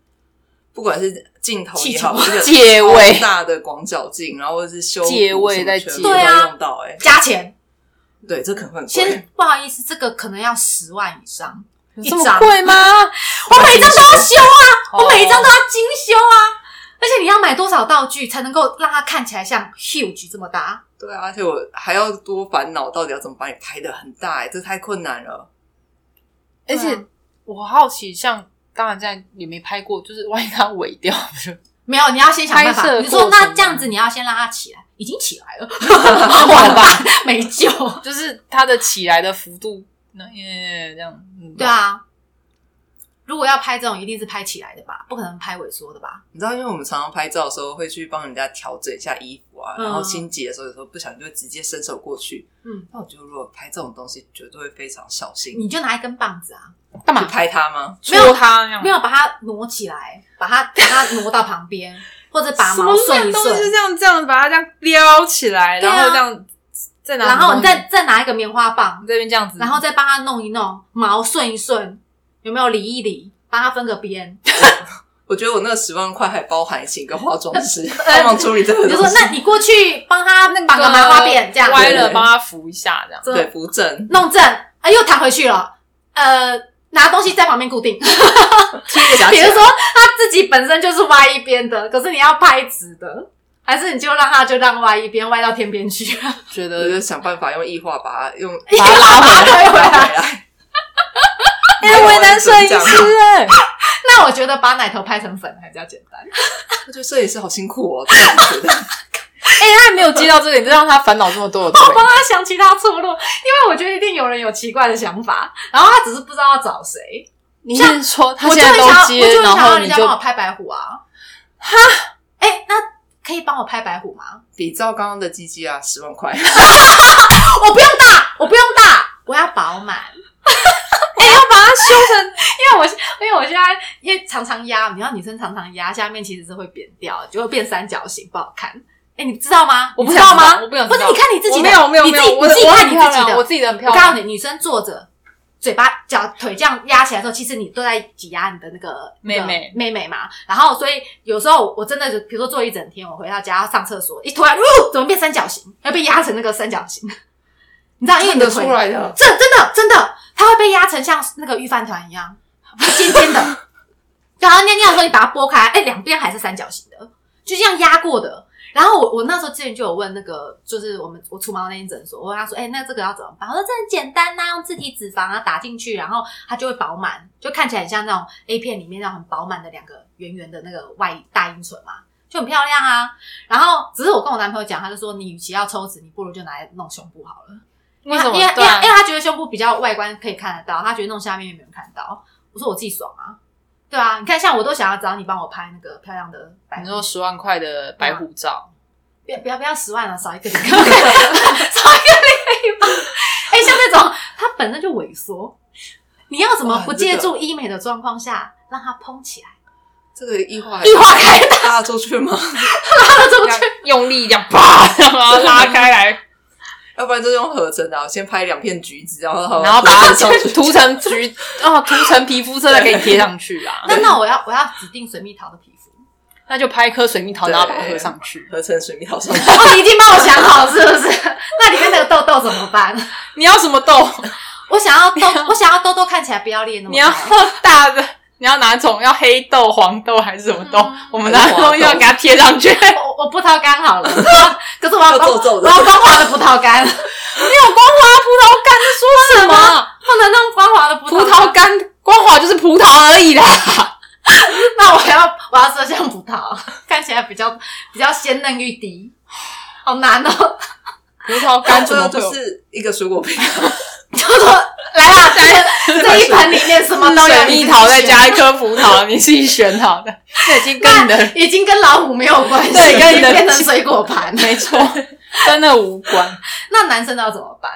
S2: 不管是镜头也好，
S1: 气
S2: 这个
S3: 借位
S2: 超大的广角镜，然后或者是修复
S3: 借位在
S2: 什么
S3: 借
S2: 全部都
S1: 对啊
S2: 要用到哎、
S3: 嗯
S1: 加钱。
S2: 对，这可能很贵
S1: 先。不好意思，这个可能要十万以上，
S3: 有
S1: 一
S3: 这么
S1: 张
S3: 贵吗？
S1: 我每张都要修啊，我每一张
S3: 哦
S1: 都要精修啊。而且你要买多少道具才能够让它看起来像 huge 这么大？
S2: 对啊，而且我还要多烦恼，到底要怎么把你拍的很大、哎，这太困难了。
S3: 而
S1: 对
S3: 且
S1: 啊
S3: 我好奇，像当然这样也没拍过，就是万一它萎掉，不是
S1: 没有，你要先想办
S3: 拍
S1: 法。
S3: 摄
S1: 你说
S3: 过程
S1: 那
S3: 吗
S1: 这样子，你要先让它起来，已经起来 了，完蛋，没救。
S3: 就是它的起来的幅度，那耶这样，嗯
S1: 对，啊，如果要拍这种，一定是拍起来的吧，不可能拍萎缩的吧？
S2: 你知道，因为我们常常拍照的时候会去帮人家调整一下衣服啊，
S1: 嗯
S2: 然后清洁的时候有时候不小心就会直接伸手过去。
S1: 嗯，
S2: 那我觉得如果拍这种东西，绝对会非常小心。
S1: 你就拿一根棒子啊，
S3: 干
S2: 去
S3: 嘛
S2: 拍它吗？
S1: 没有
S3: 戳它那样？
S1: 没有把它挪起来，把它把它挪到旁边， 或者把
S3: 什
S1: 毛
S3: 么
S1: 顺一
S3: 烂东西就
S1: 顺，
S3: 这样这样把它这样撩起来，
S1: 对
S3: 然
S1: 啊
S3: 后这样再拿，
S1: 然后你再再拿一个棉花棒
S3: 你，这边这样子，
S1: 然后再帮它弄一弄，毛顺一顺，有没有理一理，帮它分个边。
S2: 我觉得我那个十万块还包含请一个化妆 师帮忙处理这个
S1: 你就
S2: 东
S1: 说，
S2: 西，
S1: 那你过去帮它
S3: 那啊
S1: 绑个麻花辫，这样
S3: 歪了，
S2: 对
S3: 帮它扶一下，这 样。
S1: 真的
S2: 对扶 正，
S1: 弄正，啊，又弹回去了。呃，拿东西在旁边固定，
S2: 夹
S1: 比
S2: 起
S1: 如
S2: 来
S1: 说他自己本身就是歪一边的，可是你要拍直的，还是你就让他就让歪一边，歪到天边去，
S3: 觉
S2: 我
S3: 得
S2: 就想办法用异化把它用
S1: 把它拉回
S2: 回
S1: 来。
S2: 来。
S3: 哎，为
S2: 啊
S3: 难摄影师哎，
S1: 那我觉得把奶头拍成粉还比较简单。
S2: 我觉得摄影师好辛苦哦，真的觉得
S3: 哎，他还没有接到这个，你就让他烦恼这么多，对不对
S1: 帮他想其他出路，因为我觉得一定有人有奇怪的想法，然后他只是不知道要找谁。
S3: 你是说他
S1: 我
S3: 现
S1: 就很
S3: 在
S1: 想要，
S3: 都
S1: 我
S3: 接，
S1: 就很
S3: 然
S1: 想要
S3: 后
S1: 人
S3: 你
S1: 家
S3: 就
S1: 帮我拍白虎啊？哈，哎，那可以帮我拍白虎吗？
S2: 比照刚刚的鸡鸡啊，十万块，
S1: 我 不用大，我不用大，我要饱满。
S3: 哎把它修成
S1: 因为我我现在因为常常压，你知道女生常常压，下面其实是会扁掉，就会变三角形，不好看。哎、你知道吗？
S3: 我不
S1: 你知道
S3: 想知
S1: 吗？
S3: 道我不想
S1: 不
S3: 知
S1: 是，
S3: 道
S1: 你看你自己的，
S3: 我没有没有
S1: 你
S3: 没
S1: 自
S3: 有，
S1: 己
S3: 我
S1: 你自己
S3: 我很
S1: 看你
S3: 漂
S1: 自己
S3: 亮，
S1: 的。
S3: 我自己的很漂
S1: 我告
S3: 亮
S1: 诉。你，女生坐着，嘴巴脚腿这样压起来的时候，其实你都在挤压你的那个
S3: 妹
S1: 那个
S3: 妹
S1: 妹妹嘛。然后，所以有时候我真的就，比如说坐一整天，我回到家上厕所，一突然，呜，怎么变三角形？要被压成那个三角形，你知道？因为你的腿，
S2: 来的，
S1: 这真的真的，它会被压成像那个御饭团一样，尖尖的。然后尿尿的时候，你把它拨开，哎，两边还是三角形的，就这样压过的。然后我我那时候之前就有问那个，就是我们我除毛那间诊所，我问他说，哎，那这个要怎么办？我说这很简单呐、用自体脂肪啊打进去，然后它就会饱满，就看起来很像那种 A 片里面那种很饱满的两个圆圆的那个外大阴唇嘛，就很漂亮啊。然后只是我跟我男朋友讲，他就说，你与其要抽脂，你不如就拿来弄胸部好了。
S3: 为什么？
S1: 因为因为
S3: 对啊
S1: 因为他觉得胸部比较外观可以看得到，他觉得弄下面没有人看到。我说我自己爽啊，对啊，你看像我都想要找你帮我拍那个漂亮的白
S3: 你
S1: 虎，
S3: 说十万块的白虎照，
S1: 不要不要不要十万了，少一个零，少一个零吧。哎、像那种它本身就萎缩，你要怎么
S2: 哇
S1: 不
S2: 这个
S1: 借助医美的状况下让它蓬起来？
S2: 这个异化
S1: 异化开
S2: 大出去吗？
S1: 它怎么
S3: 这样用力这样啪，然后 拉开来，
S2: 要不然就用合成的啊，我先拍两片橘子，然后
S3: 然后把它涂成橘哦，涂成皮肤色再给你贴上去 啊。
S1: 那那我要我要指定水蜜桃的皮肤，
S3: 那就拍一颗水蜜桃，
S2: 对
S3: 然后把它合上 去。啊
S2: 合成水蜜桃上去。
S1: 哦，你已经帮我想好是不是？那里面那个痘痘怎么办？
S3: 你要什么痘？
S1: 我想要痘，我想要痘痘看起来不要裂那么
S3: 你要
S1: 大
S3: 大的？你要哪种？要黑豆、黄豆还是什么豆？
S1: 嗯
S3: 我们拿东西要给它贴上去。你
S1: 我我葡萄干好了，可是我要
S2: 要
S1: 光
S2: 皱皱
S1: 我
S2: 的
S1: 要光滑的葡萄干，
S3: 有光滑葡萄干，说什么？
S1: 不能弄光滑的葡
S3: 葡
S1: 萄
S3: 萄
S1: 干。
S3: 干光滑就是葡萄而已啦。
S1: 那我要我要说像葡萄，看起来比较比较鲜嫩欲滴，好难哦。
S3: 葡萄干怎
S2: 最
S3: 么
S2: 后就
S3: 会有？
S2: 是一个水果瓶，
S1: 就说来啊，
S3: 来
S1: 这这一盆里面什么都有，
S3: 水蜜桃再加一颗葡 萄，你自己选好 的。这已经跟你的
S1: 已经跟老虎没有关系，
S3: 对跟你的
S1: 已经变成水果盘。
S3: 没错， 跟那无关。
S1: 那男生要怎么办？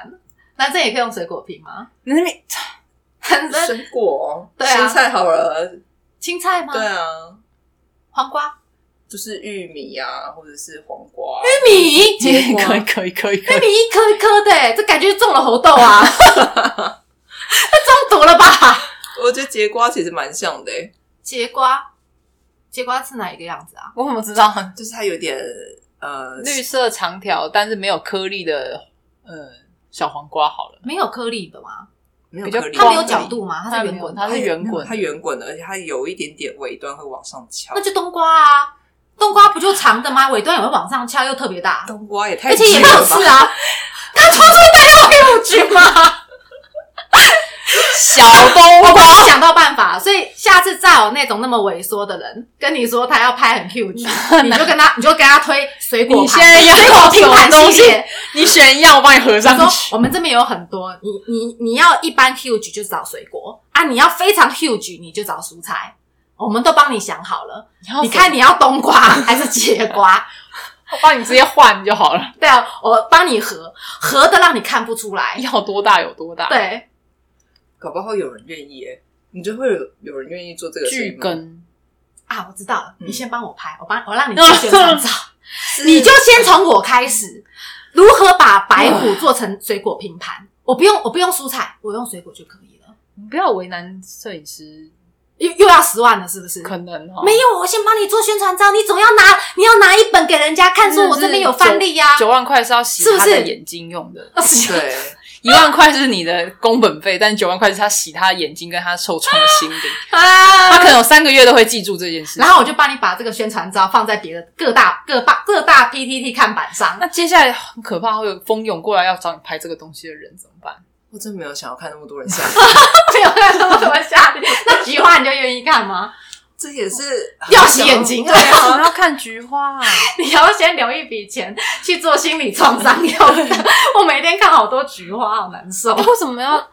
S1: 男生也可以用水果瓶吗？
S3: 你 那边
S1: 男生
S2: 水果，
S1: 对啊
S2: 青菜好了，
S1: 青菜吗？
S2: 对啊，
S1: 黄 瓜、
S2: 就是玉米啊，或者是黄瓜啊，
S1: 米、
S2: 结果
S3: 可以可以可以可
S1: 那米
S3: 以，
S1: 一颗一颗的、欸，这感觉中了猴痘啊！那中毒了吧？
S2: 我觉得节瓜其实蛮像的欸，
S1: 节瓜，节瓜是哪一个样子啊？
S3: 我怎么知道？
S2: 就是它有点呃
S3: 绿色长条，但是没有颗粒的，呃，小黄瓜好了，
S1: 没有颗粒的吗？
S2: 没有
S3: 比较
S2: 颗粒
S1: 它没有
S3: 光的
S1: 角度吗？它是圆滚的，
S3: 它没有它是圆滚的
S2: 它圆滚的，而且它有一点点尾端会往上翘
S1: 那。就冬瓜啊！冬瓜不就长的吗？尾端也会往上翘，又特别大，
S2: 冬瓜也太
S1: 而且也
S2: 巨
S1: 没有
S2: 了吧
S1: 吃！啊！它就是没有幼菌吗？
S3: 小冬
S1: 我
S3: 瓜。
S1: 帮你想到办法，所以下次再有那种那么萎缩的人跟你说他要拍很 huge，你 就跟他，你就跟他推水果盘，
S3: 你现在要
S1: 水果拼盘
S3: 什么东
S1: 系
S3: 西
S1: 列。
S3: 你选一样，我帮你合上
S1: 说
S3: 去。
S1: 我们这边有很多，你你你要一般 huge 就找水果啊，你要非常 huge 你就找蔬菜，我们都帮你想好了。
S3: 要
S2: 哦
S1: 你看你要冬瓜 还是节瓜？
S3: 我帮你直接换就好了，
S1: 对啊，我帮你合合的，让你看不出来。
S3: 要多大有多大。，
S1: 对，
S2: 搞不好有人愿意欸，你就会有有人愿意做这个
S3: 巨
S2: 根，
S3: 根，
S1: 啊，我知道了，
S2: 嗯
S1: 你先帮我拍，我帮我让你去宣传照，
S2: 是
S1: 你就先从我开始，如何把白
S2: 哦
S1: 虎做成水果拼盘？我不用我不用蔬菜，我用水果就可以了。
S3: 你不要为难摄影师，
S1: 又又要十万了，是不是？
S3: 可能哦，
S1: 没有，我先帮你做宣传照，你总要拿，你要拿一本给人家看，说我这边有范例呀、
S3: 九万块是要洗
S1: 啊是不
S3: 他
S1: 是
S3: 的眼睛用的，
S2: 对，
S3: 一万块是你的工本费，但九万块是他洗他眼睛跟他受创的 心灵。他可
S1: 啊。
S3: 能有三个月都会记住这件事。
S1: 然后我就帮你把这个宣传照放在别的各大各大各大 PTT 看板上
S3: 那，接下来很可怕，会有蜂拥过来要找你拍这个东西的人怎么办？
S2: 我真没有想要看那么多人 下，
S1: 没有看到什么下面。那菊花你就愿意看吗？
S2: 这也是
S1: 吊起 眼睛
S2: 对啊，
S3: 要看菊 花、啊，
S1: 你要先留一笔钱去做心理创伤药的。 我每天看好多菊花，好难受。
S3: 为什么要？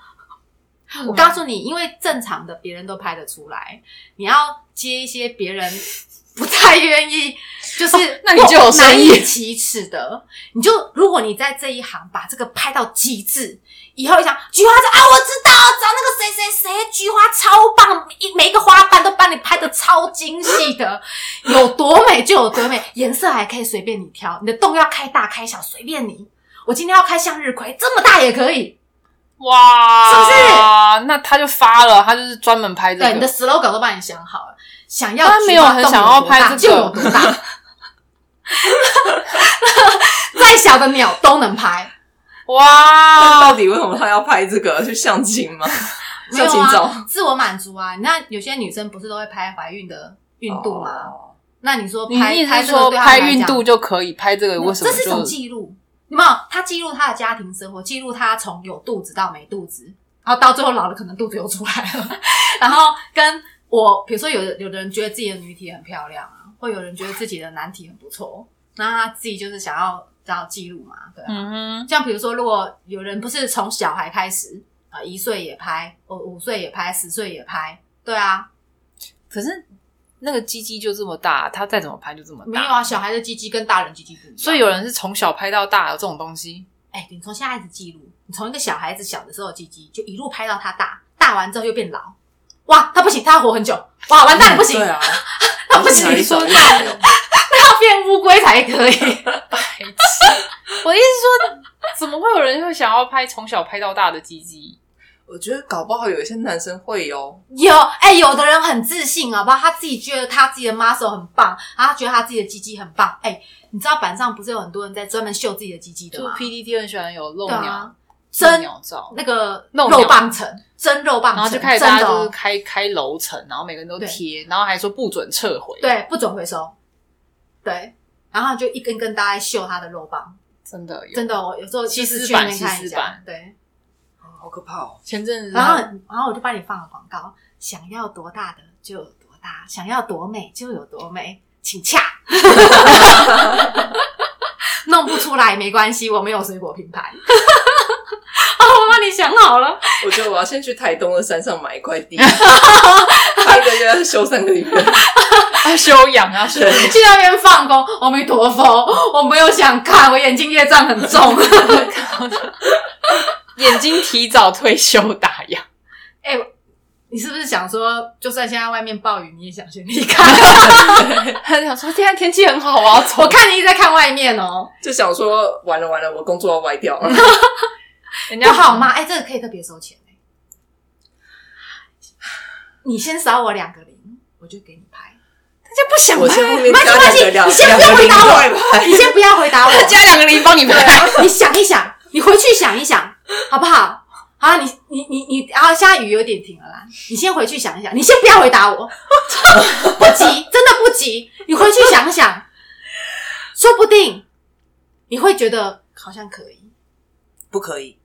S1: 我告诉你，因为正常的别人都拍得出来，你要接一些别人不太愿意， 就是、哦
S3: 哦那你就有生意
S1: 难以启齿的。你就如果你在这一行把这个拍到极致，以后一想菊花就啊，我知道，找那个谁谁谁，菊花超棒，一每一个花瓣 有多美就有多美，颜色还可以随便你挑，你的洞要开大开小随便你。我今天要开向日葵，这么大也可以。
S3: 哇，
S1: 是不
S3: 是？那他就发了，他就是专门拍这
S1: 对，你的
S3: 个。
S1: slogan 都帮你想好了，想要
S3: 他没有
S1: 菊花
S3: 很
S1: 洞
S3: 想要
S1: 有多大
S3: 拍这
S1: 就
S3: 个
S1: 有多大， 再小的鸟都能拍。啊
S2: 但
S3: 哇，
S2: 到底为什么他要拍这个？去相亲 吗？
S1: 没有
S2: 相亲照
S1: 啊，自我满足啊！你看有些女生不是都会拍怀孕的孕肚吗？
S2: 哦
S1: 那你说
S3: 你
S1: 拍
S3: 意思
S1: 拍
S3: 是
S1: 这个
S3: 说
S1: 对她
S3: 拍
S1: 来
S3: 孕
S1: 讲嗯
S3: 肚就可以拍这个？为什么
S1: 这是一种
S3: 就
S1: 记录，有没有？他记录他的家庭生活，记录他从有肚子到没肚子，然后到最后老了可能肚子又出来了。 然后跟我，比如说有的有的人觉得自己的女体很漂亮啊，或有人觉得自己的男体很不错，那他自己就是想要想要记录嘛，对啊。
S3: 嗯哼
S1: 像比如说，如果有人不是从小孩开始啊，一、岁也拍，哦五岁也拍，十岁也拍，对啊，
S3: 可是那个鸡鸡就这么大，他再怎么拍就这么
S1: 没有
S3: 大。
S1: 啊，小孩的鸡鸡跟大人鸡鸡不一样，
S3: 所以有人是从小拍到大有这种东西，
S1: 哎、你从现在开始记录，你从一个小孩子小的时候的鸡鸡，就一路拍到他大，大完之后又变老，哇，他不行，他要活很久，哇，完
S3: 嗯
S1: 蛋，不行，
S2: 对啊，
S1: 他不行，
S2: 哪里
S1: 他
S2: 找 一个
S1: 要变乌龟才可以。
S3: 我的意思是说， 怎么会有人会想要拍从小拍到大的鸡鸡？
S2: 我觉得搞不好有一些男生会哦，
S1: 有，哎、有的人很自信，啊好不好？他自己觉得他自己的 muscle 很棒，啊然后他觉得他自己的鸡鸡很棒。哎、你知道板上不是有很多人在专门秀自己的鸡鸡的
S3: 就
S1: 吗？
S3: P D D 很喜欢有露
S1: 啊对
S3: 鸟
S1: 啊，
S3: 露
S1: 真
S3: 鸟照，
S1: 那个
S3: 弄
S1: 肉
S3: 鸟
S1: 棒城，真肉棒城，
S3: 然后就开始
S1: 真
S3: 大
S1: 的
S3: 家就
S1: 哦
S3: 是开开楼层，然后每个人都
S1: 对
S3: 贴，然后还说不准撤回。，
S1: 对不准回收，对，然后就一根根大家秀他的肉棒。
S3: 真的有
S1: 真。的，哦我有时候
S3: 西
S1: 就是
S3: 斯
S1: 去那
S3: 版
S1: 边看
S3: 西
S1: 一
S3: 斯
S1: 下
S3: 版，嗯
S1: 对，
S2: 好可怕哦！
S3: 前阵子
S1: 然
S3: 他，
S1: 后然后我就帮你放了广告，想要多大的就有多大，想要多美就有多美，请洽。 弄不出来没关系，我们有水果品牌。 哦，我帮你想好了，
S2: 我觉得我要先去台东的山上买一块 地，拍一个月休三个月，
S3: 啊修养啊修养。
S1: 去那边放工。阿弥陀佛，我没有想看，我眼睛业障很重。
S3: 眼睛提早退休打烊，
S1: 哎、你是不是想说，就算现在外面暴雨，你也想先离开？
S3: 他想说现在天气很好，我要走
S1: 我。看你一直在看外面哦。
S2: 就想说完了完了，我工作要歪 掉了。
S3: 人
S1: 不好吗？？哎、这个可以特别收钱、欸、你先少我两个零，我就给你拍。
S3: 不想
S2: 我先后面加两个两
S1: 你先
S2: 两
S1: 不要
S2: 个
S1: 回
S2: 零
S1: 答
S2: 都
S1: 我
S2: 会拍
S1: 你，先不要回 答我，啊
S3: 加两个零帮你拍。
S1: 你想一想，你回去想一想，好不好？好，啊你你你你，然后现在雨有点停了啦，你先回去想一想，你先不要回答我， 不急，真的不急，你回去想想，说不定你会觉得好像可以。
S2: 不可以。